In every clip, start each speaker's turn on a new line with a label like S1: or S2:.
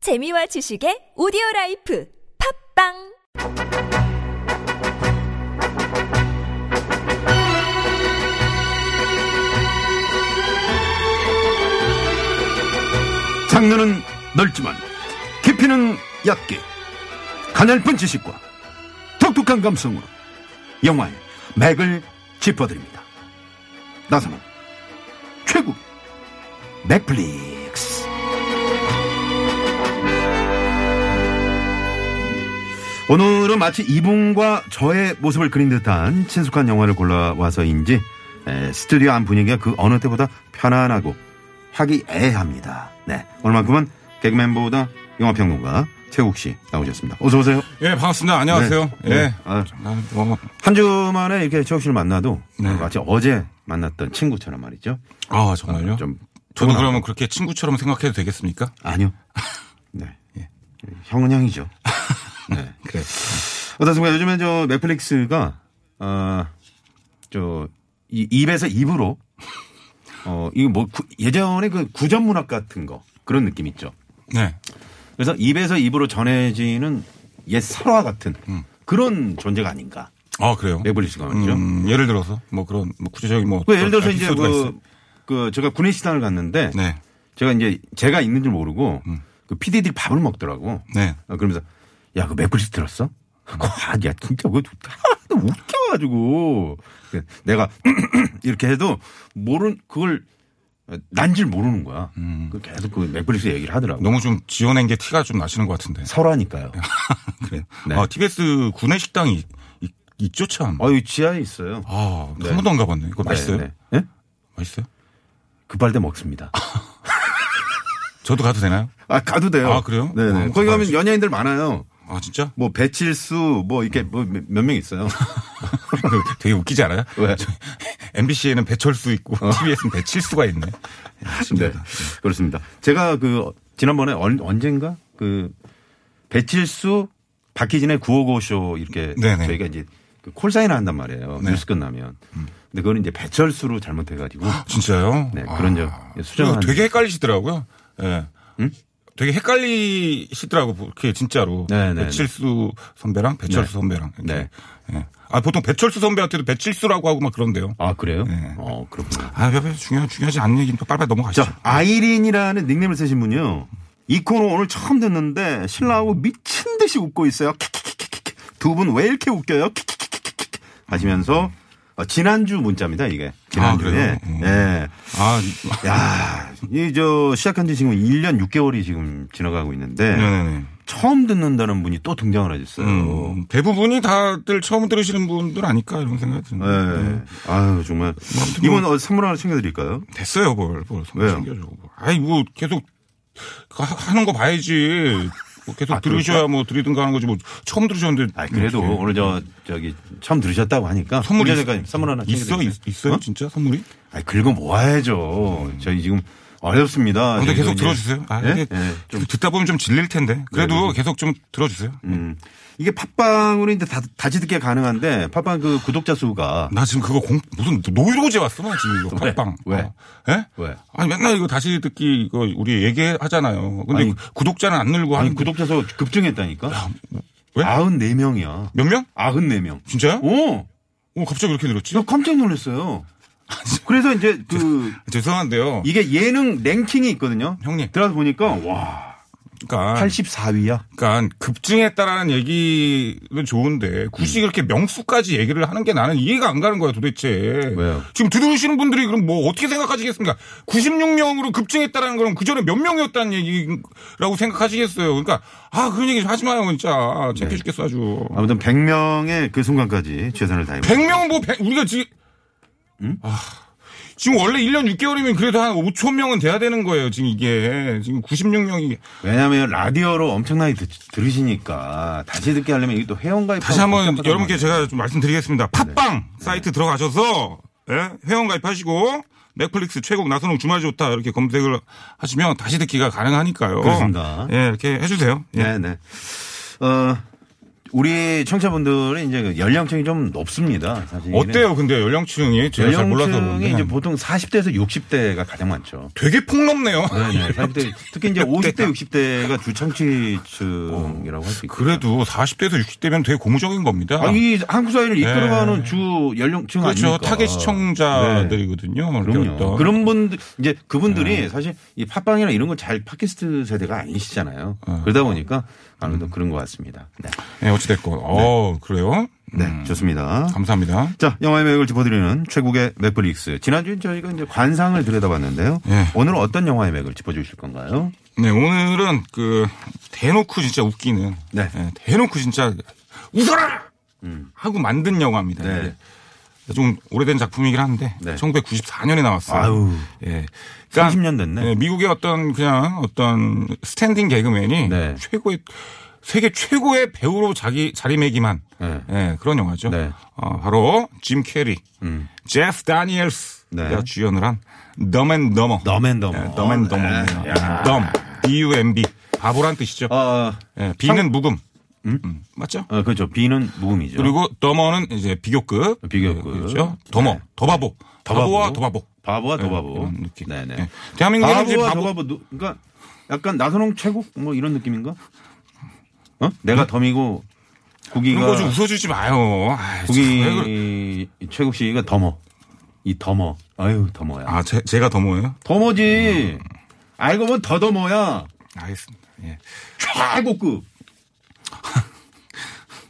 S1: 재미와 지식의 오디오 라이프 팝빵
S2: 장르는 넓지만 깊이는 얕게 가냘픈 지식과 독특한 감성으로 영화의 맥을 짚어드립니다. 나서는 최고 맥플릭스 오늘은 마치 이분과 저의 모습을 그린 듯한 친숙한 영화를 골라와서인지 에, 스튜디오 안 분위기가 그 어느 때보다 편안하고 화기애애합니다. 네, 오늘만큼은 개그맨보다 영화평론가 최국 씨 나오셨습니다. 어서 오세요.
S3: 예, 반갑습니다. 안녕하세요.
S2: 네.
S3: 예.
S2: 네. 아, 한 주 만에 이렇게 최욱 씨를 만나도
S3: 네.
S2: 마치 어제 만났던 친구처럼 말이죠.
S3: 아, 정말요?
S2: 좀
S3: 저도
S2: 피곤하고.
S3: 그러면 그렇게 친구처럼 생각해도 되겠습니까?
S2: 아니요. 네.
S3: 예.
S2: 형은 형이죠. 네.
S3: 그래.
S2: 어떻습니까? 요즘에 저 넷플릭스가, 아, 저, 이 입에서 입으로, 어, 이거 뭐, 구- 예전에 그 구전문학 같은 거, 그런 느낌 있죠.
S3: 네.
S2: 그래서 입에서 입으로 전해지는 옛 설화 같은 그런 존재가 아닌가.
S3: 아, 그래요?
S2: 넷플릭스가 말이죠.
S3: 음, 예를 들어서 뭐 그런 뭐 구체적인 뭐
S2: 그 예를 들어서
S3: 어떤
S2: 이제
S3: 에피소드가
S2: 그,
S3: 있어요?
S2: 그 제가 구내식당을 갔는데
S3: 네.
S2: 제가 이제 제가 있는 줄 모르고 그 피디들이 밥을 먹더라고.
S3: 네.
S2: 어, 그러면서 야, 그 맥글스 들었어? 와, 야, 진짜 그거 하도 웃겨가지고 내가 이렇게 해도 모른 그걸 난 줄 모르는 거야. 그 계속 그 맥글스 얘기를 하더라고.
S3: 너무 좀 지어낸 게 티가 좀 나시는 것 같은데.
S2: 설화니까요.
S3: 그래요.
S2: 네.
S3: 아, TBS 구내 식당이 있- 있죠 참.
S2: 어, 이 지하에 있어요.
S3: 아,
S2: 네.
S3: 한 번도 안 가봤네. 이거 맛있어요?
S2: 네, 네. 예?
S3: 맛있어요?
S2: 급할 때 먹습니다.
S3: 저도 가도 되나요?
S2: 아 가도 돼요.
S3: 아, 그래요?
S2: 네네.
S3: 아,
S2: 거기 가면
S3: 가봐야지.
S2: 연예인들 많아요.
S3: 아, 진짜?
S2: 뭐 배칠수 뭐 이렇게 뭐 몇 명 있어요.
S3: 이거 그 되게 웃기지 않아요?
S2: 네. 왜? 어.
S3: MBC에는 배철수 있고 TBS는 배칠수가 있네.
S2: 네. 그렇습니다. 제가 그 지난번에 언, 언젠가 그 배칠수 박희진의 955쇼 이렇게
S3: 네네.
S2: 저희가 이제 그 콜사인을 한단 말이에요.
S3: 네.
S2: 뉴스 끝나면. 근데 그걸 이제 배철수로 잘못해가지고
S3: 아. 진짜요?
S2: 네, 그런 적 수정한-
S3: 되게 헷갈리시더라고요. 예. 되게 헷갈리시더라고 그렇게 진짜로
S2: 네, 네,
S3: 배칠수 선배랑 배철수
S2: 네.
S3: 선배랑 이렇게.
S2: 네.
S3: 예. 아 보통 배철수 선배한테도 배칠수라고 하고 막 그런데요.
S2: 아 그래요?
S3: 네.
S2: 어 그렇구나.
S3: 아, 왜, 왜 중요 중요하지 않은 얘기니까 빨리빨리 넘어가시죠.
S2: 자 아이린이라는 닉네임을 쓰신 분이요. 이 코너 오늘 처음 듣는데 신랑하고 미친 듯이 웃고 있어요. 두 분 왜 이렇게 웃겨요? 킥킥킥킥킥 하시면서 어, 지난주 문자입니다 이게 지난주에
S3: 그래요? 음.
S2: 예.
S3: 아,
S2: 야, 이 저 시작한 지 지금 1년 6개월이 지금 지나가고 있는데
S3: 네네네.
S2: 처음 듣는다는 분이 또 등장을 하셨어요.
S3: 음, 대부분이 다들 처음 들으시는 분들 아닐까 이런 생각이 드는데.
S2: 예. 아유 정말 이번 어, 선물 하나 챙겨드릴까요?
S3: 됐어요, 뭘. 뭘 선물
S2: 왜요?
S3: 챙겨줘. 뭐. 아이, 뭐, 계속, 그거 하- 하는 거 봐야지. 뭐 계속 들으셔야 뭐, 들이든가 하는 거지. 뭐, 처음 들으셨는데.
S2: 아 그래도
S3: 어떻게.
S2: 오늘 저 저기 처음 들으셨다고 하니까
S3: 선물이. 있-
S2: 작가님 선물 하나
S3: 있어,
S2: 챙겨드릴게요.
S3: 있, 있어요, 진짜? 선물이?
S2: 아 긁어 모아야죠. 저희 지금 어렵습니다.
S3: 아, 근데
S2: 저희도
S3: 계속
S2: 이제-
S3: 들어주세요. 아,
S2: 예?
S3: 근데
S2: 예, 좀 네,
S3: 좀 듣다 보면 좀 질릴 텐데. 그래도 계속 좀 들어주세요.
S2: 음. 이게 팟빵으로 이제 다, 다시 듣게 가능한데 팟빵 그 구독자 수가
S3: 나 지금 그거 공, 무슨 노이로제 왔어, 나 지금 이거.
S2: 왜?
S3: 팟빵.
S2: 왜?
S3: 어. 예?
S2: 왜?
S3: 아니, 맨날 이거 다시 듣기, 이거 우리 얘기하잖아요. 근데
S2: 아니,
S3: 구독자는 안 늘고
S2: 아니
S3: 하는
S2: 구독자 수 급증했다니까.
S3: 왜?
S2: 94명이야.
S3: 몇 명?
S2: 94명.
S3: 진짜요?
S2: 오!
S3: 어, 갑자기 왜 이렇게 늘었지?
S2: 저 깜짝 놀랐어요. 그래서 이제 그
S3: 죄송한데요.
S2: 이게 예능 랭킹이 있거든요.
S3: 형님.
S2: 들어가서 보니까 와
S3: 그러니까
S2: 84위야.
S3: 그러니까 급증했다라는 얘기는 좋은데
S2: 음.
S3: 굳이 그렇게 명수까지 얘기를 하는 게 나는 이해가 안 가는 거야 도대체.
S2: 왜요?
S3: 지금 들으시는 분들이 그럼 뭐 어떻게 생각하시겠습니까? 96명으로 급증했다라는 거는 그 전에 몇 명이었다는 얘기라고 생각하시겠어요. 그러니까 아 그런 얘기 좀 하지 마요 진짜.
S2: 네.
S3: 창피 죽겠어 아주.
S2: 아무튼 100명의 그 순간까지 최선을 다해.
S3: 100명은 뭐 100 우리가 지금 아, 지금 원래 1년 6개월이면 그래도 한 5천 명은 돼야 되는 거예요. 지금 이게 지금 96명이
S2: 왜냐하면 라디오로 엄청나게 듣, 들으시니까 다시 듣게 하려면 이게 또 회원가입.
S3: 다시 한번 여러분께 제가 좀 말씀드리겠습니다. 팟빵
S2: 네.
S3: 사이트 들어가셔서 예? 회원 가입하시고 넷플릭스 최고 나선홍 주말 좋다 이렇게 검색을 하시면 다시 듣기가 가능하니까요.
S2: 그렇습니다.
S3: 예, 이렇게 해주세요. 예.
S2: 네네. 네, 어 우리 청취자분들은 이제 그 연령층이 좀 높습니다. 사실.
S3: 어때요? 근데 연령층이 제가 잘 몰라서
S2: 연령층이 이제 뭐
S3: 그런데
S2: 보통 40대에서 60대가 가장 많죠.
S3: 되게 폭넓네요.
S2: 네네. 40대, 예, 특히 이제 50대, 60대가 주창취층이라고 할 수 있고.
S3: 그래도 40대에서 60대면 되게 고무적인 겁니다.
S2: 아, 이 한국 사회를 이끌어가는 주 연령층
S3: 예. 그렇죠.
S2: 아닙니까? 네.
S3: 타겟 시청자들이거든요. 이렇게
S2: 그럼요.
S3: 어떤
S2: 그런 분들 이제 그분들이
S3: 예.
S2: 사실 이 팟빵이나 이런 건 잘 팟캐스트 세대가 아니시잖아요.
S3: 예.
S2: 그러다 보니까
S3: 음.
S2: 아무래도 그런 것 같습니다. 네,
S3: 네, 어찌됐건. 어, 그래요?
S2: 네, 좋습니다.
S3: 감사합니다.
S2: 자, 영화의 맥을 짚어드리는 최국의 맥블릭스. 지난주에 저희가 이제 관상을 들여다봤는데요.
S3: 예.
S2: 오늘은 어떤 영화의 맥을 짚어주실 건가요?
S3: 네, 오늘은 그 대놓고 진짜 웃기는.
S2: 네. 음.
S3: 예, 대놓고 진짜 웃어라! 하고 만든 영화입니다.
S2: 네.
S3: 이게. 좀 오래된 작품이긴 한데
S2: 네.
S3: 1994년에 나왔어요.
S2: 아유.
S3: 예.
S2: 30년 됐네.
S3: 예, 미국의 어떤 그냥 어떤 스탠딩 개그맨이
S2: 네.
S3: 최고의 세계 최고의 배우로 자기 자리매김한
S2: 네.
S3: 예, 그런 영화죠.
S2: 네. 음.
S3: 어, 바로 짐 캐리, 제프 다니엘스가
S2: 네.
S3: 주연을 한 덤앤 더머.
S2: 너맨더머.
S3: 예, 덤앤 더머. 덤. D-U-M-B. 바보란 뜻이죠.
S2: 네. 아,
S3: 예, B는 묵음. 음, 맞죠?
S2: 어, 그렇죠. 비는 무음이죠.
S3: 그리고 더머는 이제 비교급.
S2: 비교급.
S3: 예, 그렇죠. 더머.
S2: 네.
S3: 더바보.
S2: 더바보.
S3: 바보와 더바보.
S2: 바보와
S3: 예,
S2: 더바보.
S3: 이런 느낌.
S2: 네네.
S3: 예. 대한민국에는 이제
S2: 바보와
S3: 바보.
S2: 더바보. 누- 그러니까 약간 나선홍 최국 뭐 이런 느낌인가? 어? 내가 덤이고
S3: 이런
S2: 국이가
S3: 네? 거좀 웃어주지 마요. 아이, 참, 왜 그래.
S2: 국이 최국 씨가 더머. 이 더머. 아유 더머야.
S3: 아, 음. 제, 제가 더머예요?
S2: 더머지. 알고 보면 더 더머야.
S3: 알겠습니다. 예.
S2: 최고급.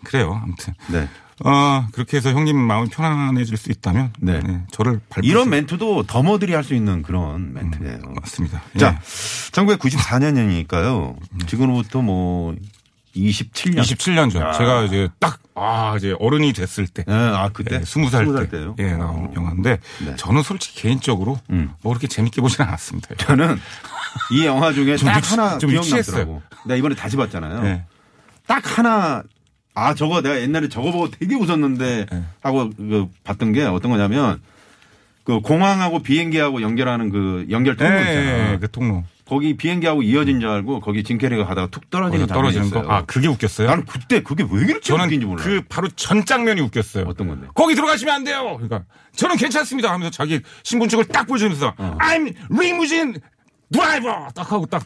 S3: 그래요. 아무튼.
S2: 네.
S3: 어, 그렇게 해서 형님 마음이 편안해질 수 있다면.
S2: 네.
S3: 예, 저를 밟고.
S2: 이런 멘트도 더머들이 할 수 있는 그런 멘트예요.
S3: 맞습니다. 예. 음.
S2: 자, 1994년이니까요. 지금으로부터 뭐 27년.
S3: 27년 전. 제가 이제 딱, 아, 이제 어른이 됐을 때.
S2: 예, 아 그때
S3: 예, 스무 살
S2: 스무
S3: 때.
S2: 때요. 어. 네.
S3: 예, 나온 영화인데 저는 솔직히 개인적으로 뭐 그렇게 재밌게 보진 않았습니다.
S2: 음. 저는 이 영화 중에
S3: 좀
S2: 딱
S3: 유치-
S2: 하나
S3: 좀
S2: 기억나더라고. 내가 이번에 다시 봤잖아요.
S3: 예.
S2: 딱 하나 아 저거 내가 옛날에 저거 보고 되게 웃었는데
S3: 예.
S2: 하고 그 봤던 게 어떤 거냐면 그 공항하고 비행기하고 연결하는 그 연결 통로 있잖아.
S3: 예, 그 통로.
S2: 거기 비행기하고 이어진 줄 알고 거기 진캐리가 가다가 툭 떨어지는
S3: 거기서
S2: 장면이
S3: 떨어지는
S2: 있어요.
S3: 거. 아, 그게 웃겼어요?
S2: 나는 그때 그게 왜 이렇게 웃긴지 몰라.
S3: 그 바로 전 장면이 웃겼어요.
S2: 어떤 건데?
S3: 거기 들어가시면 안 돼요. 그러니까 저는 괜찮습니다 하면서 자기 신분증을 딱 보여주면서
S2: 어.
S3: I'm limousine driver 딱 하고 딱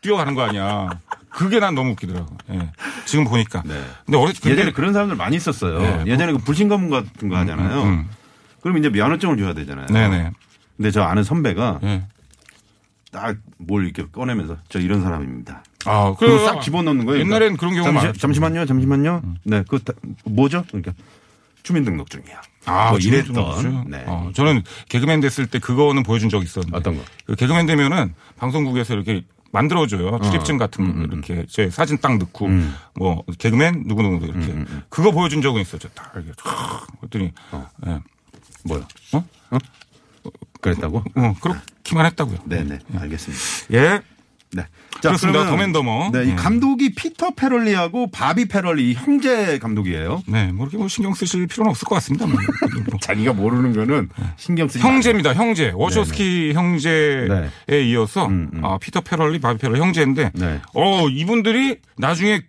S3: 뛰어가는 거 아니야. 그게 난 너무 웃기더라고. 예. 지금 보니까. 근데 어렸을 때
S2: 네. 예전에 그런 사람들 많이 있었어요.
S3: 네,
S2: 예전에 그 불신검 같은 거 하잖아요. 그럼 이제 면허증을 줘야 되잖아요.
S3: 음, 네네.
S2: 근데 저 아는 선배가
S3: 예.
S2: 딱 뭘 이렇게 꺼내면서 저 이런 사람입니다.
S3: 아,
S2: 그리고
S3: 그래요.
S2: 싹 집어넣는 거예요. 그러니까.
S3: 옛날엔 그런 경우가 많았죠. 음.
S2: 잠시, 만요 잠시만요. 네, 그 뭐죠? 그러니까 주민등록증이야.
S3: 아,
S2: 뭐
S3: 지금 좀
S2: 이랬던.
S3: 그렇죠?
S2: 네.
S3: 어, 저는 개그맨 됐을 때 그거는 보여준 적 있었는데.
S2: 어떤 거?
S3: 그 개그맨 되면은 방송국에서 이렇게 만들어줘요. 출입증 같은
S2: 음,
S3: 거 이렇게 제 사진 딱 넣고 뭐 개그맨 누구누구 이렇게
S2: 음,
S3: 그거 보여준 적은 있었죠. 딱 이렇게 촥 그랬더니
S2: 어.
S3: 예.
S2: 뭐요?
S3: 어?
S2: 그랬다고?
S3: 어, 그렇기만 했다고요.
S2: 네, 네, 알겠습니다.
S3: 예.
S2: 네.
S3: 그렇습니다.
S2: 그러면
S3: 더맨더머.
S2: 네, 이
S3: 예.
S2: 감독이 피터 페럴리하고 바비 페럴리 이 형제 감독이에요.
S3: 네, 뭐 이렇게 뭐 신경 쓰실 필요는 없을 것 같습니다. 뭐. 뭐.
S2: 자기가 모르는 거는 신경 쓰지.
S3: 네. 형제입니다. 형제.
S2: 네.
S3: 워쇼스키 형제에 이어서 아, 피터 페럴리, 바비 페럴리 형제인데
S2: 음, 네.
S3: 어 이분들이 나중에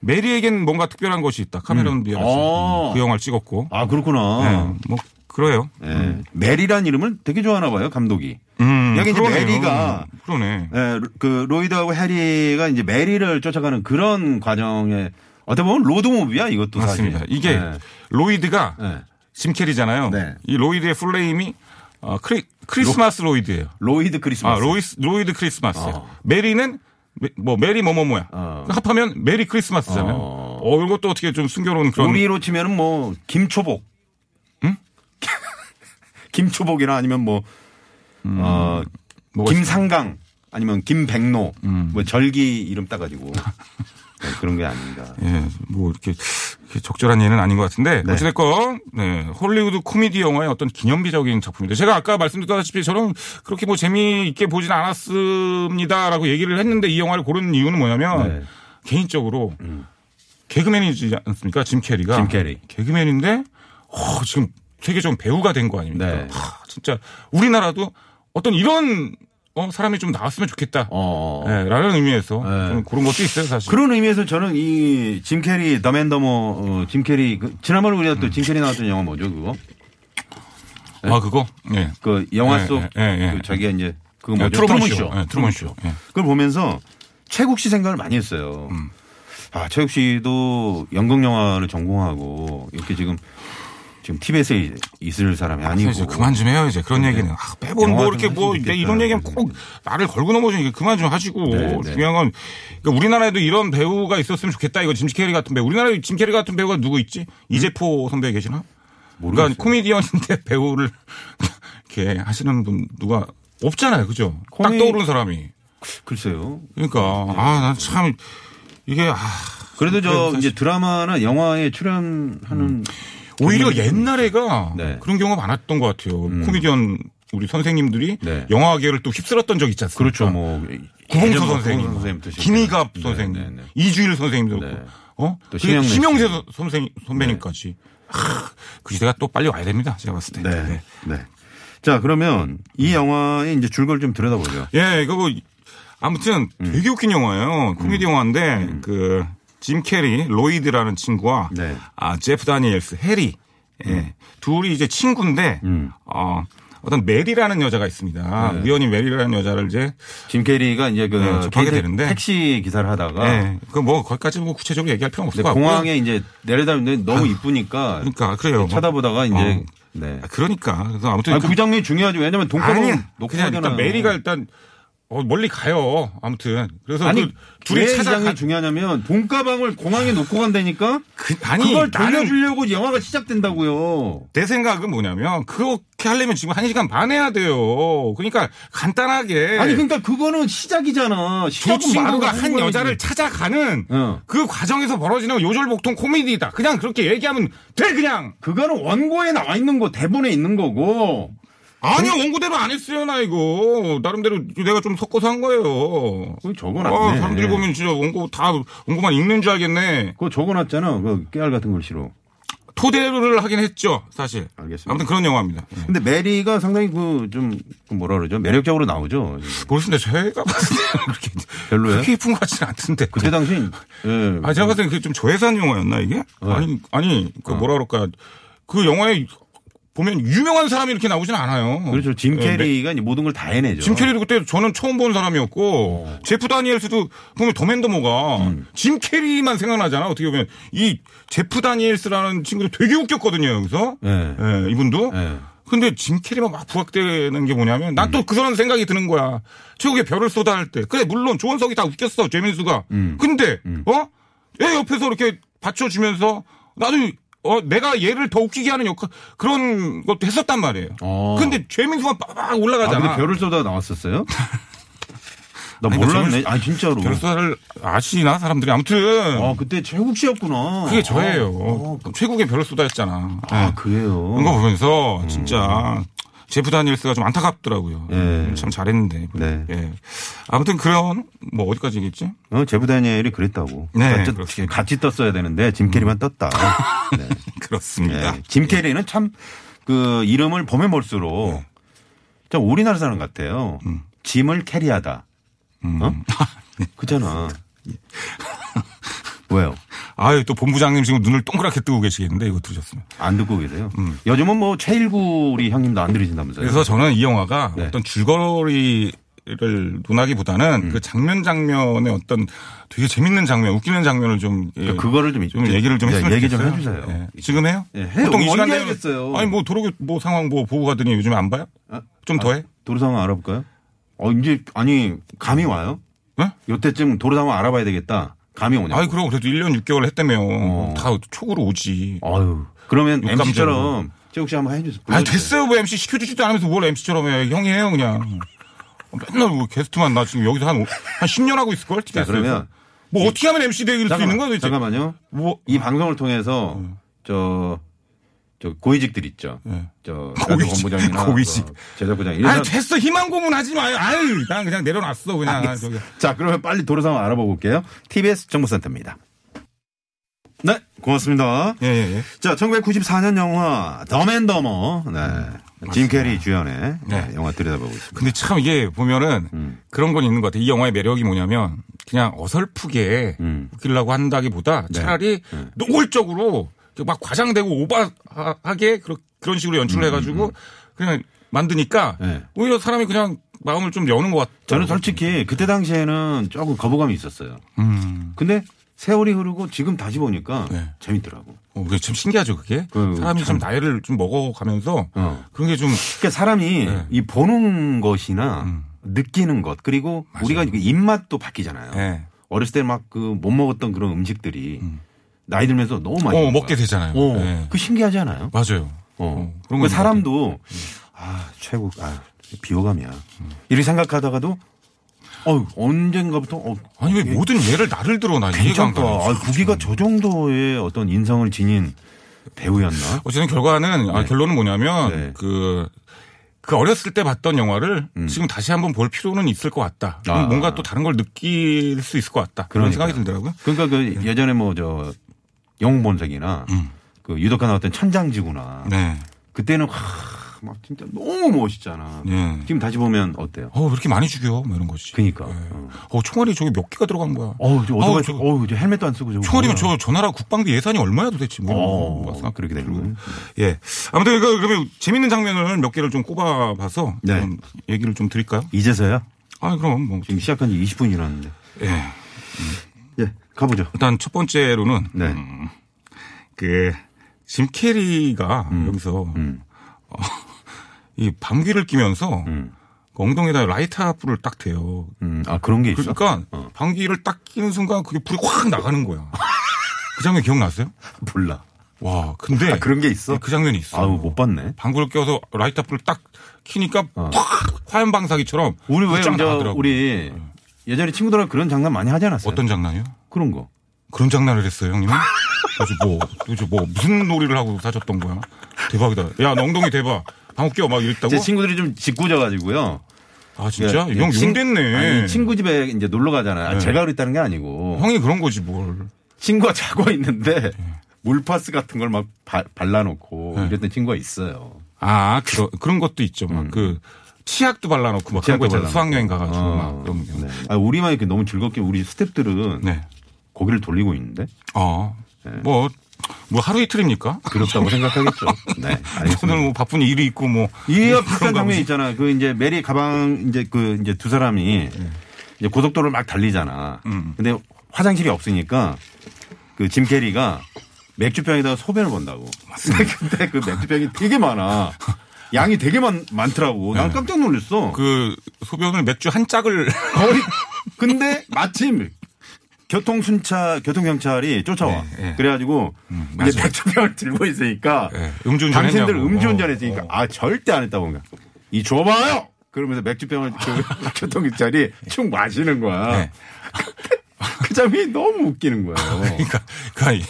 S3: 메리에겐 뭔가 특별한 것이 있다. 카메론 디아스
S2: 아.
S3: 그 영화를 찍었고
S2: 음. 아 그렇구나.
S3: 네, 뭐 그래요.
S2: 예. 메리란 이름을 되게 좋아하나 봐요 감독이.
S3: 음,
S2: 여기 이제
S3: 그러네요. 음,
S2: 메리가
S3: 그러네.
S2: 예, 로- 그 로이드하고 해리가 이제 메리를 쫓아가는 그런 과정에 어떻게 보면 로드무비야 이것도
S3: 맞습니다.
S2: 사실.
S3: 이게
S2: 예.
S3: 로이드가
S2: 네.
S3: 짐 캐리잖아요.
S2: 네.
S3: 이 로이드의 풀네임이 어, 크리, 크리스마스 로... 이드예요
S2: 로이드 크리스마스.
S3: 아 로이스 로이드 크리스마스예요. 메리는 메- 뭐 메리 뭐뭐뭐야.
S2: 어.
S3: 합하면 메리 크리스마스잖아요.
S2: 어.
S3: 어. 이것도 어떻게 좀 숨겨놓은 그런
S2: 우리로 치면은 뭐 김초복. 김초복이나 아니면 뭐 어,
S3: 음, 뭐가 음.
S2: 김상강 아니면 김백노 뭐 절기 이름 따가지고 네, 그런 게 아닌가.
S3: 예, 뭐 이렇게, 이렇게 적절한 예는 아닌 것 같은데
S2: 네.
S3: 어찌됐건 네, 홀리우드 코미디 영화의 어떤 기념비적인 작품인데 제가 아까 말씀드렸다시피 저는 그렇게 뭐 재미있게 보진 않았습니다라고 얘기를 했는데 이 영화를 고른 이유는 뭐냐면
S2: 네. 음.
S3: 개인적으로 개그맨이지 않습니까 짐 캐리가
S2: 짐 캐리.
S3: 개그맨인데 어, 지금 세계적인 배우가 된 거 아닙니까?
S2: 네.
S3: 하, 진짜 우리나라도 어떤 이런 어 사람이 좀 나왔으면 좋겠다.
S2: 어.
S3: 예, 라는 의미에서
S2: 예.
S3: 저는 그런 것도 있어요 사실.
S2: 그런 의미에서 저는 이 짐 캐리 더맨더머 어, 짐 캐리 그, 지난번에 우리가 또 짐 캐리 나왔던 영화 뭐죠 그거?
S3: 아 그거 예.
S2: 그 영화
S3: 예,
S2: 속
S3: 예, 예, 예.
S2: 그 자기가 이제 그거
S3: 예,
S2: 뭐죠?
S3: 트루먼
S2: 트루먼
S3: 쇼. 예, 트루먼 쇼. 예.
S2: 그걸 보면서 최국 씨 생각을 많이 했어요.
S3: 음.
S2: 아 최국 씨도 연극 영화를 전공하고 이렇게 지금 지금 TV에서 있을 사람이 아니고 네.
S3: 이제 그만 좀 해요 이제 그런 얘기는 아, 매번 뭐
S2: 영화
S3: 이렇게
S2: 좀
S3: 뭐
S2: 하시면
S3: 이제 이런
S2: 좋겠다.
S3: 얘기는 꼭 말을 걸고 넘어지니까 그만 좀 하시고
S2: 네, 네.
S3: 중요한 건 그러니까 우리나라에도 이런 배우가 있었으면 좋겠다 이거 짐 캐리 같은 배우 우리나라에 짐 캐리 같은 배우가 누구 있지 이재포 선배 계시나?
S2: 음? 모르겠어요.
S3: 그러니까 코미디언인데 배우를 이렇게 하시는 분 누가 없잖아요 그죠? 딱
S2: 코미- 네.
S3: 떠오르는 사람이
S2: 글쎄요.
S3: 그러니까 아 난 참 이게 아,
S2: 그래도 저
S3: 그래도 음.
S2: 이제 드라마나 영화에 출연하는
S3: 오히려 옛날에가
S2: 네. 음.
S3: 그런 경우가 많았던 것 같아요 코미디언 우리 선생님들이
S2: 네.
S3: 영화계를 또 휩쓸었던 적 있지 않습니까?
S2: 그렇죠 뭐
S3: 구봉수
S2: 예전 뭐 구봉수
S3: 선생님,
S2: 선생님부터 시작해서.
S3: 김희갑
S2: 네,
S3: 선생님,
S2: 네, 네.
S3: 이주일 선생님도
S2: 네.
S3: 그렇고, 어?
S2: 또
S3: 그리고
S2: 심영래
S3: 심영세
S2: 씨.
S3: 선- 선생 선배님까지. 하, 그 시대가 또 빨리 와야 됩니다. 제가 봤을 때.
S2: 네.
S3: 네.
S2: 네. 자, 그러면
S3: 음.
S2: 이 영화의 이제 줄거리 좀 들여다보죠.
S3: 예, 그거 뭐 아무튼
S2: 음.
S3: 되게 웃긴 영화예요. 코미디 영화인데 그 짐 캐리, 로이드라는 친구와
S2: 네. 음.
S3: 아 제프 다니엘스, 해리 예. 둘이 이제 친구인데 어, 어떤 메리라는 여자가 있습니다.
S2: 네.
S3: 우연히 메리라는 여자를 이제
S2: 짐 캐리가 이제 그
S3: 네, 접하게
S2: 택-
S3: 되는데.
S2: 택시 기사를 하다가
S3: 예, 그뭐 거기까지 뭐 구체적으로 얘기할 필요는
S2: 이제
S3: 없을 것 같고
S2: 아. 네, 공항에 이제 내려다니는데 너무 이쁘니까
S3: 아, 그러니까 그래요.
S2: 쳐다보다가 이제
S3: 어.
S2: 네.
S3: 아, 그러니까 그래서 아무튼
S2: 아니,
S3: 그-
S2: 그 장면이 중요하죠. 왜냐면
S3: 아니
S2: 동가봉 놓고
S3: 그냥 일단
S2: 가잖아요.
S3: 메리가 일단 어, 멀리 가요. 아무튼 그래서
S2: 아니
S3: 그 둘이
S2: 왜이
S3: 찾아가
S2: 장면이 중요하냐면 돈가방을 공항에 놓고 간다니까
S3: 그, 아니
S2: 그걸
S3: 나는
S2: 돌려주려고 영화가 시작된다고요.
S3: 내 생각은 뭐냐면 그렇게 하려면 지금 한 시간 반 해야 돼요. 그러니까 간단하게
S2: 아니 그러니까 그거는 시작이잖아.
S3: 네. 두
S2: 시작은
S3: 친구가
S2: 말을 하는
S3: 한
S2: 거지.
S3: 여자를 찾아가는
S2: 어.
S3: 그 과정에서 벌어지는 요절복통 코미디다. 그냥 그렇게 얘기하면 돼 그냥.
S2: 그거는 원고에 나와 있는 거 대본에 있는 거고
S3: 아니 원고대로 안 했어요 나 이거 나름대로 내가 좀 섞어서 한 거예요.
S2: 그거 적어놨네.
S3: 아, 사람들이 보면 진짜 원고 다 원고만 읽는 줄 알겠네.
S2: 그거 적어놨잖아. 그 깨알 같은 글씨로.
S3: 토대를 하긴 했죠 사실.
S2: 알겠습니다.
S3: 아무튼 그런 영화입니다. 예.
S2: 근데 메리가 상당히 그좀 뭐라 그러죠? 매력적으로 나오죠.
S3: 모르겠는데 제가 봤을 때 그렇게
S2: 별로예요?
S3: 그렇게 예쁜 것 같지는 않던데.
S2: 그때 당시 예.
S3: 아, 제가 봤을 때 그게 좀 조회산 영화였나, 이게?
S2: 네.
S3: 아니, 아니,
S2: 어.
S3: 그 뭐라 그럴까. 그 영화에 보면 유명한 사람이 이렇게 나오진 않아요.
S2: 그렇죠. 짐
S3: 예, 네.
S2: 캐리가 이제 모든 걸 다 해내죠.
S3: 짐 캐리도 그때 저는 처음 본 사람이었고,
S2: 어.
S3: 제프 다니엘스도 보면 더맨더머가
S2: 음.
S3: 짐 캐리만 생각나잖아. 어떻게 보면 이 제프 다니엘스라는 친구도 되게 웃겼거든요, 여기서.
S2: 예.
S3: 예, 이분도.
S2: 예.
S3: 근데 짐 캐리만 막 부각되는 게 뭐냐면 난 또
S2: 음.
S3: 그 사람 생각이 드는 거야. 최후의 별을 쏟아 할 때. 그래 물론 조원석이 다 웃겼어. 최민수가.
S2: 음.
S3: 근데 어? 얘 옆에서 이렇게 받쳐주면서 나도 어 내가 얘를 더 웃기게 하는 역할 그런 것도 했었단 말이에요.
S2: 어.
S3: 근데 최민수가 막
S2: 아,
S3: 올라가잖아.
S2: 근데 별을 쏟아 나왔었어요? 나
S3: 아니,
S2: 몰랐네.
S3: 별을-
S2: 아 진짜로.
S3: 별을 쏟아를 아시나 사람들이 아무튼
S2: 아 그때 최국 씨였구나.
S3: 그게 저예요. 그러니까
S2: 어,
S3: 최국의 별을 쏟아였잖아.
S2: 아, 그래요.
S3: 그런 거 보면서 진짜 제프 다니엘스가 좀 안타깝더라고요.
S2: 예.
S3: 참 잘했는데.
S2: 네.
S3: 예. 아무튼 그런 뭐 어디까지 얘기했지?
S2: 어, 제부 다니엘이 그랬다고.
S3: 네,
S2: 같이,
S3: 그렇습니다.
S2: 같이 떴어야 되는데 짐 캐리만 떴다. 네.
S3: 그렇습니다.
S2: 네. 짐 캐리는 참 그 이름을 보면 볼수록
S3: 예.
S2: 참 우리나라 사람 같아요.
S3: 음.
S2: 짐을 캐리하다. 어?
S3: 아, 네.
S2: 그잖아. 왜요?
S3: 아유 또 본부장님 지금 눈을 동그랗게 뜨고 계시겠는데 이거 들으셨으면.
S2: 안 듣고 계세요? 요즘은 뭐 최일구 우리 형님도 안 들으신다면서요?
S3: 음. 그래서 저는 이 영화가
S2: 네.
S3: 어떤 줄거리를
S2: 음.
S3: 논하기보다는 그 장면 장면의 어떤 되게 재밌는 장면, 웃기는 장면을 좀 예,
S2: 그러니까 그거를 좀
S3: 좀 얘기를 좀
S2: 네,
S3: 했으면
S2: 얘기 좀
S3: 좋겠어요.
S2: 해주세요.
S3: 예. 지금 해요?
S2: 예, 해요.
S3: 보통 이
S2: 언제
S3: 시간 되면
S2: 하겠어요? 아,
S3: 아니 뭐 도로 뭐 상황 뭐 보고 가더니 요즘 안 봐요? 좀 더 해?
S2: 도로 상황 알아볼까요? 어 이제 아니 감이 와요?
S3: 네?
S2: 요때쯤 도로 상황 알아봐야 되겠다. 감이 오냐?
S3: 아이 그럼 그래도 1년 6개월 했다며.
S2: 어.
S3: 다 촉으로 오지.
S2: 아유. 그러면
S3: 육감정.
S2: MC처럼 최욱 씨 한번 해주세요.
S3: 아 됐어요. 뭐 MC 시켜주지도 않으면서 뭘 MC처럼 해. 형이 해요 그냥. 맨날 뭐 게스트만 나 지금 여기서 한, 오- 한 10년 하고 있을 걸.
S2: 자, 그러면
S3: 뭐 어떻게 하면 MC 되길 수 있는 거야 도대체.
S2: 잠깐만요.
S3: 뭐
S2: 이 방송을 통해서 저, 저 고위직들 있죠.
S3: 예.
S2: 저
S3: 고위직,
S2: 본부장이나
S3: 고위직.
S2: 제작부장 이런
S3: 아니
S2: 사람-
S3: 됐어 희망 고문 하지 마요. 아유 난 그냥 내려놨어 그냥. 난 저기.
S2: 자, 그러면 빨리 도로 상황 알아보고 올게요. TBS 정보센터입니다. 네, 고맙습니다.
S3: 예 예, 예.
S2: 자, 1994년 영화 더맨더머. 네. 짐 캐리 주연의
S3: 네.
S2: 네, 영화 들여다보고 있습니다.
S3: 근데 참 이게 보면은
S2: 음.
S3: 그런 건 있는 것 같아요. 이 영화의 매력이 뭐냐면 그냥 어설프게
S2: 음. 네.
S3: 웃기려고 한다기보다 차라리 노골적으로 막 과장되고 오버하게 그런 그런 식으로 연출을 해가지고 그냥 만드니까
S2: 음, 네.
S3: 오히려 사람이 그냥 마음을 좀 여는 것 같아요.
S2: 저는 솔직히 그때 당시에는 조금 거부감이 있었어요.
S3: 음.
S2: 근데 세월이 흐르고 지금 다시 보니까
S3: 네.
S2: 재밌더라고.
S3: 어, 그게 참 신기하죠, 그게.
S2: 그,
S3: 사람이
S2: 참.
S3: 좀 나이를 좀 먹어가면서
S2: 어.
S3: 그런 게 좀
S2: 그러니까 사람이
S3: 네. 음.
S2: 이 보는 것이나 느끼는 것 그리고
S3: 맞아요.
S2: 우리가 그 입맛도 바뀌잖아요.
S3: 네.
S2: 어렸을 때 막 그 못 먹었던 그런 음식들이 나이 들면서 너무 많이
S3: 어,
S2: 먹는
S3: 먹게
S2: 거야.
S3: 되잖아요.
S2: 어,
S3: 네.
S2: 그 신기하지 않아요?
S3: 맞아요.
S2: 어.
S3: 그런
S2: 그
S3: 거
S2: 사람도 아 최고 아 비호감이야.
S3: 음.
S2: 이렇게 생각하다가도 어 언젠가부터 어
S3: 아니 왜 모든 얘를 나를 들어 나 이해가 안
S2: 괜찮다.
S3: 가.
S2: 아, 구기가 저
S3: 그렇죠.
S2: 정도의 어떤 인성을 지닌 배우였나?
S3: 어쨌든 결과는 아, 결론은 뭐냐면
S2: 네.
S3: 그. 그 어렸을 때 봤던 영화를 지금 다시 한번 볼 필요는 있을 것 같다.
S2: 음. 아.
S3: 뭔가 또 다른 걸 느낄 수 있을 것 같다. 그런 생각이 들더라고요.
S2: 그러니까
S3: 네.
S2: 그 예전에 뭐 저 영웅본색이나 그 유독한 나왔던 천장지구나
S3: 음. 네.
S2: 그때는 하, 막 진짜 너무 멋있잖아.
S3: 예.
S2: 지금 다시 보면 어때요?
S3: 어, 왜 이렇게 많이 죽여? 뭐 이런 거지.
S2: 그니까.
S3: 예.
S2: 어.
S3: 어, 총알이 저기 몇 개가 들어간 거야.
S2: 어우, 저
S3: 아우,
S2: 어디가
S3: 저거
S2: 어우, 저 헬멧도 안 쓰고 저거.
S3: 총알이면
S2: 뭐야.
S3: 저, 저 나라 국방비 예산이 얼마야 도대체? 뭐 이런
S2: 어,
S3: 거 생각
S2: 그렇게 되는
S3: 들고.
S2: 거예요.
S3: 예. 아무튼 이거 그러면 재밌는 장면을 몇 개를 좀 꼽아봐서
S2: 네.
S3: 좀 얘기를 좀 드릴까요?
S2: 이제서야
S3: 아, 그럼 뭐.
S2: 지금 시작한 지 20분이 지났는데.
S3: 예.
S2: 예, 가보죠.
S3: 일단 첫 번째로는
S2: 네.
S3: 음. 그 짐 캐리가
S2: 음.
S3: 여기서 어, 이 밤귀를 끼면서 그 엉덩이에다 라이터 불을 딱 대요.
S2: 음, 아 그런 게 있어.
S3: 그러니까 밤귀를 딱 끼는 순간 그게 불이 확 나가는 거야. 그 장면 기억나세요?
S2: 몰라.
S3: 와, 근데
S2: 아, 그런 게 있어?
S3: 그 장면이 있어.
S2: 아우 못 봤네.
S3: 방구를 껴서 라이터 불을 딱 키니까 팍 화염 방사기처럼
S2: 어. 우리 왜
S3: 불장
S2: 저
S3: 나가더라고. 네.
S2: 우리 예전에 친구들하고 그런 장난 많이 하지 않았어요?
S3: 어떤 장난이요?
S2: 그런 거.
S3: 그런 장난을 했어요, 형님은? 도대체 뭐, 도대체 뭐, 무슨 놀이를 하고 사셨던 거야? 대박이다. 야, 너 엉덩이 대박. 방귀 껴, 막 이랬다고?
S2: 제 친구들이 좀 짓궂어가지고요.
S3: 아, 진짜?
S2: 예,
S3: 형
S2: 친-
S3: 용됐네. 예.
S2: 아니, 친구 집에 이제 놀러 가잖아요. 아, 제가 그랬다는 게 아니고
S3: 형이 그런 거지, 뭘.
S2: 친구가 자고
S3: 예.
S2: 있는데 물파스 같은 걸 막 발라놓고 이랬던 친구가 있어요.
S3: 아, 그러, 그런 것도 있죠. 막 그, 치약도 발라놓고 막 그런 거
S2: 음. 치약도 발라놓고.
S3: 있잖아. 수학여행 가가지고
S2: 어.
S3: 막 그런 거.
S2: 네. 아, 우리만 이렇게 너무 즐겁게 우리 스탭들은
S3: 네.
S2: 고개를 돌리고 있는데
S3: 어.
S2: 네.
S3: 뭐, 뭐 하루 이틀입니까?
S2: 그렇다고 생각하겠죠. 네,
S3: 오늘
S2: 알겠습니다.
S3: 뭐 바쁜 일이 있고 뭐.
S2: 이거
S3: 그런
S2: 비슷한
S3: 거
S2: 장면
S3: 보지.
S2: 있잖아. 그 이제 메리 가방 이제 그 이제 두 사람이 이제 고속도로를 막 달리잖아.
S3: 음.
S2: 근데 화장실이 없으니까 그 짐 캐리가 맥주병에다가 소변을 본다고. 근데 그 맥주병이 되게 많아. 양이 되게 많, 많더라고. 난 깜짝 놀랐어.
S3: 네. 그 소변을 맥주 한 짝을.
S2: 거의 근데 마침 교통 순찰 교통 경찰이 쫓아와
S3: 네, 네.
S2: 그래가지고 이제
S3: 맞아요.
S2: 맥주병을 들고 있으니까
S3: 네, 음주운전
S2: 당신들
S3: 했냐고.
S2: 음주운전
S3: 어,
S2: 했으니까
S3: 어.
S2: 아 절대 안 했다고 그러니까 이 줘봐요 그러면서 맥주병을 그 교통 경찰이 쭉 마시는 거야
S3: 네.
S2: 그 장면이 너무 웃기는 거예요
S3: 그러니까, 그러니까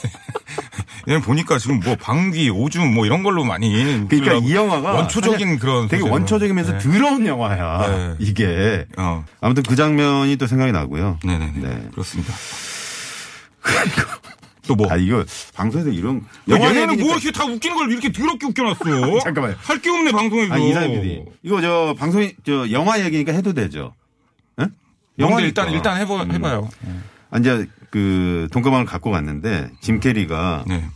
S3: 얘 보니까 지금 뭐 방귀, 오줌 뭐 이런 걸로 많이
S2: 그러니까
S3: 쓰려고
S2: 이 영화가
S3: 원초적인
S2: 사실
S3: 그런
S2: 되게
S3: 소재로.
S2: 원초적이면서
S3: 네.
S2: 더러운 영화야
S3: 네.
S2: 이게
S3: 어.
S2: 아무튼 그 장면이 또 생각이 나고요
S3: 네네네
S2: 네.
S3: 그렇습니다. 또 뭐?
S2: 아 이거 방송에서 이런
S3: 야,
S2: 영화
S3: 얘네는
S2: 얘기니까
S3: 뭐 이렇게 다 웃기는 걸 이렇게 더럽게 웃겨놨어?
S2: 잠깐만요.
S3: 할 게 없네 방송에서.
S2: 아니 이사람 PD 이거 저 방송 저 영화 얘기니까 해도 되죠? 응?
S3: 영화
S2: 영화니까. 음.
S3: 일단 일단 해봐 해봐요.
S2: 아, 이제 그 돈가방을 갖고 갔는데 짐 캐리가
S3: 네.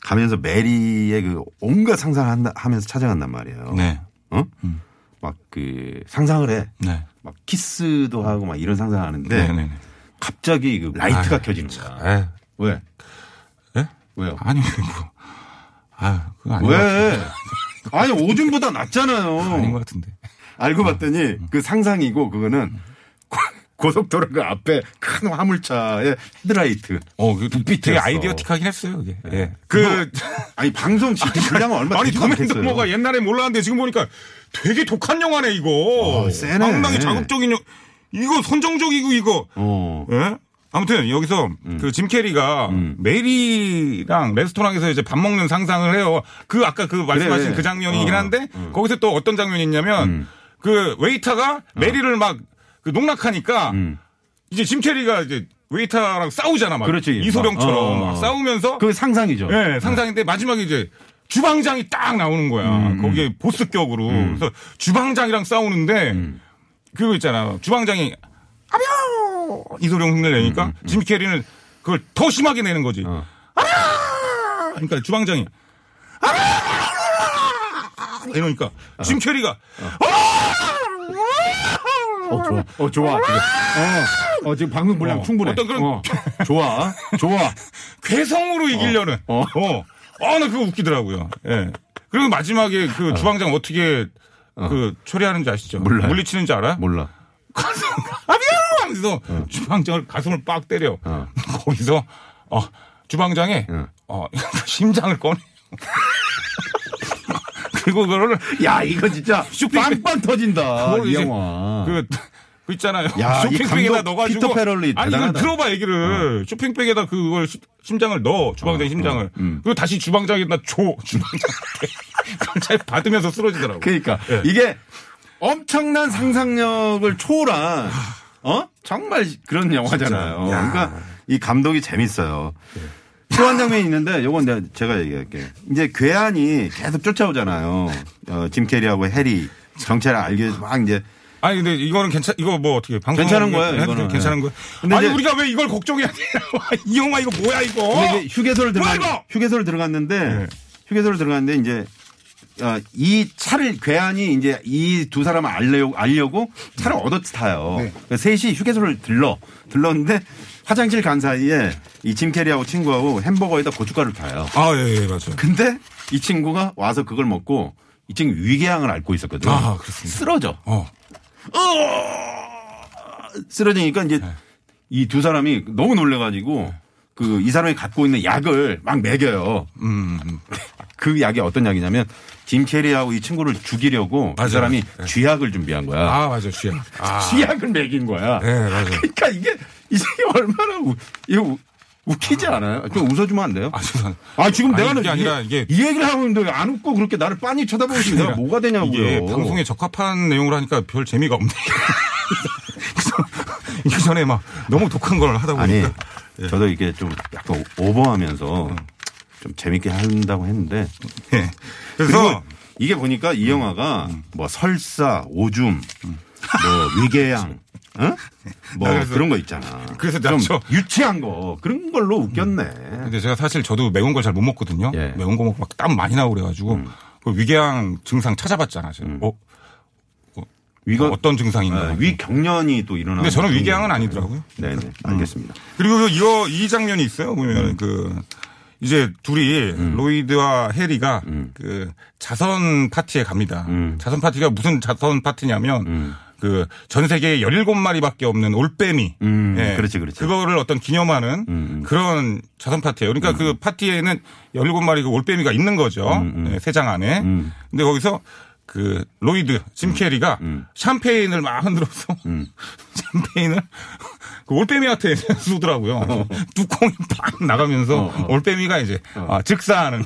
S2: 가면서 메리의 그 온갖 상상을 한다 하면서 찾아간단 말이에요.
S3: 네.
S2: 어? 막 그 상상을 해.
S3: 네.
S2: 막 키스도 하고 막 이런 상상하는데
S3: 네. 네. 네.
S2: 갑자기 그 라이트가
S3: 아유,
S2: 켜지는 거야.
S3: 에.
S2: 왜?
S3: 예?
S2: 왜요?
S3: 아니 뭐. 아 그건 아닌 것 같은데.
S2: 왜? 아니 오줌보다 낫잖아요.
S3: 아닌 것 같은데.
S2: 알고 봤더니
S3: 음.
S2: 그 상상이고 그거는 고- 고속도로 그 앞에 큰 화물차의 헤드라이트.
S3: 어, 그 되게
S2: 빅피트였어.
S3: 아이디어틱하긴 했어요, 그게. 예.
S2: 그 아니 방송 시 분량은 얼마
S3: 아니
S2: 되지도 않겠어요.
S3: 도맨더머가 옛날에 몰랐는데 지금 보니까 되게 독한 영화네 이거.
S2: 어, 세네.
S3: 상당히 자극적인 영- 이거 선정적이고 이거.
S2: 어.
S3: 예? 아무튼 여기서
S2: 음.
S3: 그 짐 캐리가 메리랑 레스토랑에서 이제 밥 먹는 상상을 해요. 그 아까 그 말씀하신
S2: 그래.
S3: 그 장면이긴
S2: 어, 음.
S3: 한데 거기서 또 어떤 장면이 있냐면 그
S2: 어.
S3: 웨이터가 메리를 막 그 농락하니까 이제 짐 캐리가 이제 웨이터랑 싸우잖아 막
S2: 음. 그렇지.
S3: 이소병처럼
S2: 어, 어, 어.
S3: 막 싸우면서
S2: 그 상상이죠.
S3: 예, 상상인데 예, 마지막에 이제 주방장이 딱 나오는 거야.
S2: 음.
S3: 거기에 보스격으로. 그래서 주방장이랑 싸우는데
S2: 음.
S3: 그거 있잖아. 주방장이 아뇨 이소룡 흉내 내니까 짐 캐리는 그걸 더 심하게 내는 거지.
S2: 음, 어.
S3: 아! 그러니까 주방장이 아! 이러니까 짐 캐리가
S4: 어, 좋아. 어, 좋아. 지금. 어, 어, 지금 방송 분량
S3: 어,
S4: 충분해.
S3: 어떤 그런-
S4: 어, 좋아. 좋아.
S3: 괴성으로 이기려는.
S4: 어.
S3: 어. 어. 나 그거 웃기더라고요. 예. 그리고 마지막에 그 주방장 어떻게 그 처리하는지 아시죠?
S2: 어. 몰라요.
S3: 물리치는지 알아?
S2: 몰라.
S3: 가슴, 아비야! 하면서 주방장을 가슴을 빡 때려.
S2: 어.
S3: 거기서, 어, 주방장에,
S2: 응.
S3: 어, 심장을 꺼내. 그리고 그거를,
S2: 야, 이거 진짜 빵빵 터진다.
S3: 그걸
S2: 아, 이
S3: 이제
S2: 영화.
S3: 그, 그 있잖아요.
S2: 야, 이
S3: 쇼핑백에다
S2: 감독
S3: 넣어가지고.
S2: 피터 패럴리
S3: 아니, 이거
S2: 대단하다.
S3: 들어봐, 얘기를. 쇼핑백에다 그걸 시- 심장을 넣어. 주방장의 심장을.
S2: 음.
S3: 그리고 다시 주방장에다 줘. 주방장한테. 그걸 잘 받으면서 쓰러지더라고.
S2: 그러니까
S3: 예.
S2: 이게 엄청난 상상력을 초월한 어 정말 그런 영화잖아요. 그러니까 이 감독이 재밌어요. 또 한 장면이 있는데 요건 내가 제가 얘기할게. 이제 괴한이 계속 쫓아오잖아요. 어, 짐 캐리하고 해리 경찰을 알게 막 이제
S3: 아니, 근데 이거는 괜찮, 이거 뭐 어떻게. 방송
S2: 괜찮은 거예요, 이거는. 네.
S3: 괜찮은 거예요.
S2: 근데
S3: 아니,
S2: 이제-
S3: 우리가 왜 이걸 걱정해야 돼? 이 영화 이거 뭐야, 이거?
S2: 근데 이제 휴게소를 들어
S3: 뭐야, 이거!
S2: 휴게소를 들어갔는데
S3: 네.
S2: 휴게소를 들어갔는데 이제 어, 이 차를 괴한이 이제 이 두 사람을 알려고, 알려고
S3: 네.
S2: 차를 얻어 타요. 그래서 셋이 휴게소를 들러 들렀는데 화장실 간 사이에 이 짐 캐리하고 친구하고 햄버거에다 고춧가루 를 타요.
S3: 아, 예, 예, 맞아요.
S2: 근데 이 친구가 와서 그걸 먹고 이 친구 위궤양을 앓고 있었거든.
S3: 아, 그렇습니다.
S2: 쓰러져.
S3: 어.
S2: 쓰러지니까 이제
S3: 네.
S2: 이 두 사람이 너무 놀래가지고 그 이 사람이 갖고 있는 약을 막 먹여요.
S3: 음,
S2: 그 약이 어떤 약이냐면 짐 캐리하고 이 친구를 죽이려고 그
S3: 맞아요.
S2: 사람이
S3: 네.
S2: 쥐약을 준비한 거야.
S3: 아, 맞아요, 쥐야. 아.
S2: 쥐약을 먹인 거야.
S3: 예, 맞아요.
S2: 그러니까 이게 이게 얼마나 우, 이거 우- 웃기지 않아요? 좀 웃어주면 안 돼요?
S3: 아, 죄송합니다.
S2: 아 지금
S3: 아니,
S2: 내가
S3: 그게
S2: 이-
S3: 아니라 이게-
S2: 이 얘기를 하고 있는데 안 웃고 그렇게 나를 빤히 쳐다보시면 내가 뭐가 되냐고요.
S3: 이게 방송에 적합한 내용을 하니까 별 재미가 없네. 이 전에 막 너무 독한 걸 하다
S2: 아니,
S3: 보니까.
S2: 저도 이게 좀 약간 오버하면서 좀 재밌게 한다고 했는데.
S3: 예.
S2: 그래서
S3: 그래서
S2: 이게 보니까 이 영화가 뭐 설사, 오줌, 뭐 위궤양, 어? 뭐
S3: 나 그래서-
S2: 그런 거 있잖아.
S3: 그래서 나
S2: 좀
S3: 저-
S2: 유치한 거 그런 걸로 웃겼네.
S3: 근데 제가 사실 저도 매운 걸 잘 못 먹거든요.
S2: 예. 음.
S3: 매운 거 먹고 막 땀 많이 나고 그래가지고 그 위궤양 증상 찾아봤잖아. 제가. 어?
S2: 위가
S3: 어떤 증상인가.
S2: 네, 위경련이 또 일어나.
S3: 근데 저는 위궤양은 음. 아니더라고요.
S2: 네네 알겠습니다.
S3: 그리고 그 이거 이 장면이 있어요. 보면
S2: 음.
S3: 그 이제 둘이 로이드와 해리가
S2: 음.
S3: 그 자선 파티에 갑니다. 자선 파티가 무슨 자선 파티냐면
S2: 음.
S3: 그 전 세계에 17마리밖에 없는 올빼미. 예.
S2: 음, 그렇지, 음, 그렇지.
S3: 그거를 어떤 기념하는 그런 자선 파티예요. 그러니까
S2: 음,
S3: 그 파티에는 17마리 그 올빼미가 있는 거죠.
S2: 음.
S3: 예, 세장 안에. 근데 거기서 그 로이드 짐
S2: 음.
S3: 캐리가 샴페인을 막 흔들어서 샴페인을 그 올빼미한테 쏘더라고요.
S2: 어.
S3: 뚜껑이 팍 나가면서 올빼미가 이제 아, 즉사하는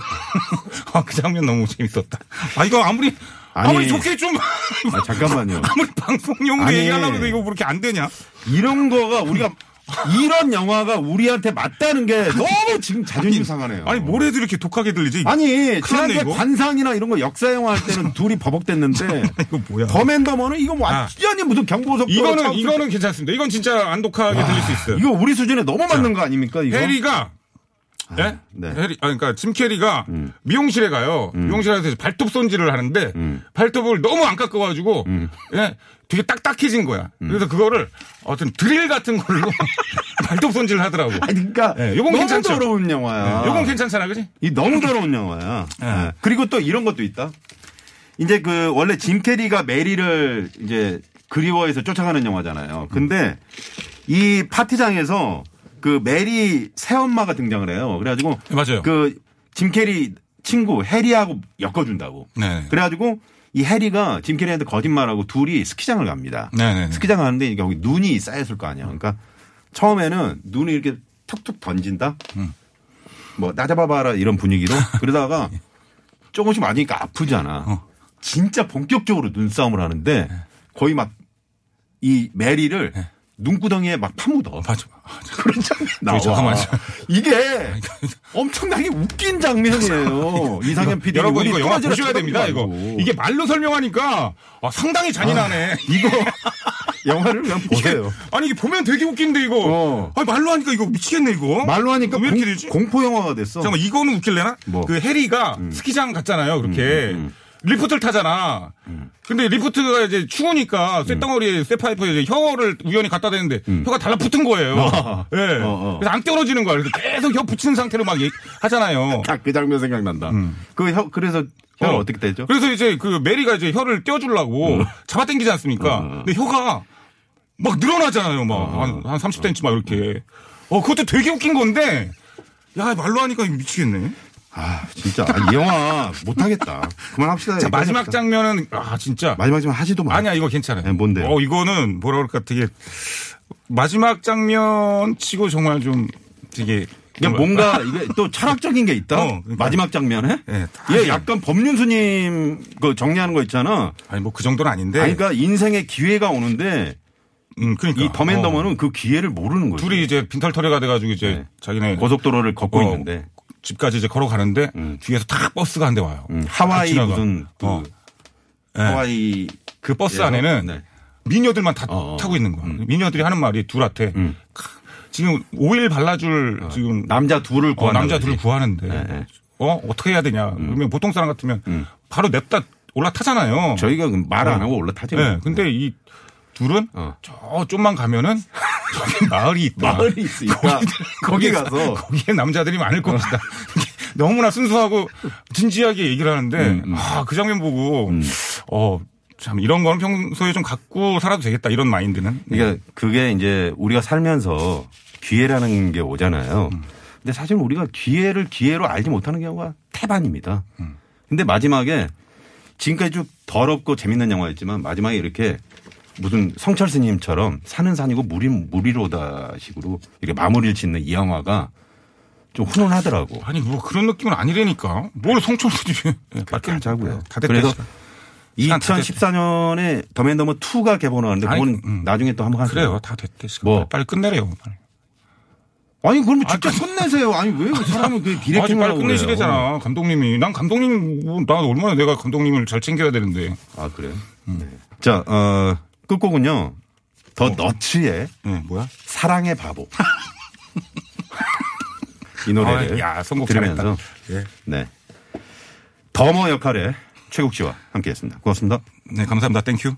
S3: 아, 그 장면 너무 재밌었다. 아 이거 아무리 아무리
S2: 아니.
S3: 좋게 좀
S2: 아, 잠깐만요.
S3: 아무리 방송용으로
S2: 아니.
S3: 얘기하려고 해도 이거 그렇게 안 되냐?
S2: 이런 거가 우리가 이런 영화가 우리한테 맞다는 게 너무 지금 자존심 상하네요.
S3: 아니 뭐 뭘 해도 이렇게 독하게 들리지?
S2: 어. 아니
S3: 큰일
S2: 지난해
S3: 났네, 이거.
S2: 관상이나 이런 거 역사 영화 할 때는 둘이 버벅댔는데
S3: 이거 뭐야? 아.
S2: 더맨더머는 이거 완전히 무슨 경보속도로
S3: 이거는
S2: 차고
S3: 이거는 괜찮습니다. 이건 진짜 안 독하게
S2: 아.
S3: 들릴 수 있어요.
S2: 이거 우리 수준에 너무 맞는 거 아닙니까 이거?
S3: 해리가 예?
S2: 네. 음.
S3: 해리, 아, 그러니까 짐 캐리가 미용실에 가요. 미용실에서 이제 발톱 손질을 하는데
S2: 음.
S3: 발톱을 너무 안 깎아가지고 예, 되게 딱딱해진 거야.
S2: 음.
S3: 그래서 그거를 어떤 드릴 같은 걸로 발톱 손질을 하더라고.
S2: 아니, 그러니까
S3: 예, 요건
S2: 너무
S3: 괜찮죠. 예,
S2: 더러운 영화야.
S3: 요건 괜찮잖아, 그지?
S2: 이 너무 더러운 영화야. 예. 그리고 또 이런 것도 있다. 이제 그 원래 짐 캐리가 메리를 이제 그리워해서 쫓아가는 영화잖아요. 근데 이 파티장에서 그 메리 새엄마가 등장을 해요. 그래가지고
S3: 예, 맞아요.
S2: 그 짐 캐리 친구 해리하고 엮어준다고.
S3: 네.
S2: 그래가지고 이 해리가 짐 캐리한테 거짓말하고 둘이 스키장을 갑니다.
S3: 네네네.
S2: 스키장 가는데 이게 거기 눈이 쌓였을 거 아니야. 그러니까 처음에는 눈을 이렇게 툭툭 던진다.
S3: 음.
S2: 뭐 나잡아봐라 이런 분위기로 그러다가
S3: 예.
S2: 조금씩 맞으니까 아프잖아.
S3: 어. 예.
S2: 진짜 본격적으로 눈싸움을 하는데 거의 막 이 메리를 눈구덩이에 막 파묻어.
S3: 맞아. 그렇죠. 아, 참.
S2: 그런 장면 나와.
S3: 잠깐만요.
S2: 이게 엄청나게 웃긴 장면이에요. 이상현 PD.
S3: 여러분 이거 영화 보셔야 됩니다. 이거 이게 말로 설명하니까 아, 상당히 잔인하네.
S2: 이거 영화를 그냥 보세요.
S3: 아니 이게 보면 되게 웃긴데 이거.
S2: 어.
S3: 아니, 말로 하니까 이거 미치겠네 이거.
S2: 말로 하니까
S3: 어? 왜 이렇게
S2: 공-
S3: 되지?
S2: 공포 영화가 됐어.
S3: 잠깐만 이거는 웃길래나?
S2: 뭐? 음,
S3: 그 해리가 스키장 갔잖아요. 그렇게 리프트를 타잖아. 근데 리프트가 이제 추우니까
S2: 음.
S3: 쇳덩어리에 쇠파이프에 이제 혀를 우연히 갖다 대는데 혀가 달라붙은 거예요.
S2: 어.
S3: 예.
S2: 어, 어.
S3: 그래서 안 떨어지는 거야. 그래서 계속 혀 붙이는 상태로 막 얘기- 하잖아요.
S2: 딱 그 장면 생각난다. 그 혀, 그래서 혀를 어. 떻게 떼죠?
S3: 그래서 이제 그 메리가 이제 혀를 떼어주려고 잡아당기지
S2: 어,
S3: 않습니까? 근데 혀가 막 늘어나잖아요. 막 한 30cm 막 이렇게. 어, 그것도 되게 웃긴 건데. 야, 말로 하니까 미치겠네.
S2: 아 진짜 아, 이 영화 못하겠다. 그만합시다.
S3: 자,
S2: 이거
S3: 마지막
S2: 합시다.
S3: 장면은, 아, 진짜.
S2: 마지막이면 하지도 마.
S3: 아니야, 이거 괜찮아요.
S2: 네, 뭔데요?
S3: 어, 이거는 뭐라 그럴까 되게 마지막 장면 치고 정말 좀 되게. 뭐,
S2: 이게 뭔가 이게 또 철학적인 게 있다.
S3: 어, 그러니까.
S2: 마지막 장면에
S3: 예, 다
S2: 얘
S3: 아니야.
S2: 약간 법륜스님 그 정리하는 거 있잖아.
S3: 아니, 뭐 그 정도는 아닌데.
S2: 아니, 그러니까 인생에 기회가 오는데
S3: 음, 그러니까.
S2: 이 덤앤더머는
S3: 어.
S2: 그 기회를 모르는 거지.
S3: 둘이 이제 빈털터리가 돼가지고 이제
S2: 네.
S3: 자기네
S2: 고속도로를 걷고
S3: 어,
S2: 있는데
S3: 집까지 이제 걸어가는데 뒤에서 탁 버스가 한 대 와요.
S2: 음, 하와이
S3: 지나가.
S2: 무슨 그
S3: 어. 예.
S2: 하와이
S3: 그 버스
S2: 예요?
S3: 안에는
S2: 네.
S3: 미녀들만 다
S2: 어, 음. 어.
S3: 타고 있는 거야. 미녀들이 하는 말이 둘한테 크, 지금 오일 발라줄
S2: 어.
S3: 지금
S2: 남자 둘을
S3: 어,
S2: 구한
S3: 남자 둘을 구하는데
S2: 예,
S3: 어 어떻게 해야 되냐?
S2: 음.
S3: 그러면 보통 사람 같으면 바로 냅다 올라타잖아요.
S2: 저희가 그 말 안
S3: 어.
S2: 하고 올라타죠.
S3: 네, 근데 이 둘은
S2: 어.
S3: 저 좀만 가면은 저기 마을이 있다.
S2: 마을이 어. 있으니까 어. 거기 가서
S3: 거기에 남자들이 많을 겁니다. 너무나 순수하고 진지하게 얘기를 하는데
S2: 음,
S3: 아, 그 장면 보고 어. 참 이런 거는 평소에 좀 갖고 살아도 되겠다 이런 마인드는
S2: 그러니까 그게 이제 우리가 살면서 기회라는 게 오잖아요. 근데 사실 우리가 기회를 기회로 알지 못하는 경우가 태반입니다. 근데 마지막에 지금까지 쭉 더럽고 재밌는 영화였지만 마지막에 이렇게 무슨 성철 스님처럼 산은 산이고 물은 물이로다 식으로 이렇게 마무리를 짓는 이 영화가 좀 훈훈하더라고.
S3: 아니 뭐 그런 느낌은 아니라니까 뭘
S2: 예,
S3: 성촌수지
S2: 그렇게 하자고요.
S3: 다 됐다
S2: 그래서
S3: 시간. 네. 시간 다 됐다.
S2: 2014년에 더맨더머 2가 개봉하는데
S3: 아니,
S2: 그건
S3: 음.
S2: 나중에 또 한번 하세요.
S3: 그래요 다 됐대 시간
S2: 뭐.
S3: 빨리, 빨리 끝내래요 빨리.
S2: 아니 그러면
S3: 아,
S2: 직접 끝내세요. 아니 왜 사람은 그
S3: 아, 지금
S2: 디렉팅을
S3: 빨리
S2: 하고 그래요.
S3: 끝내시래잖아 감독님이 난 감독님 뭐, 나 얼마나 내가 감독님을 잘 챙겨야 되는데
S2: 아 그래요.
S3: 음.
S2: 네. 자 어, 끝곡은요. 더
S3: 어.
S2: 너츠의
S3: 네, 뭐야
S2: 사랑의 바보 이
S3: 아,
S2: 노래를
S3: 야, 선곡
S2: 들으면서
S3: 잘했다. 예.
S2: 네 더머 역할의 최국 씨와 함께했습니다. 고맙습니다.
S3: 네 감사합니다 땡큐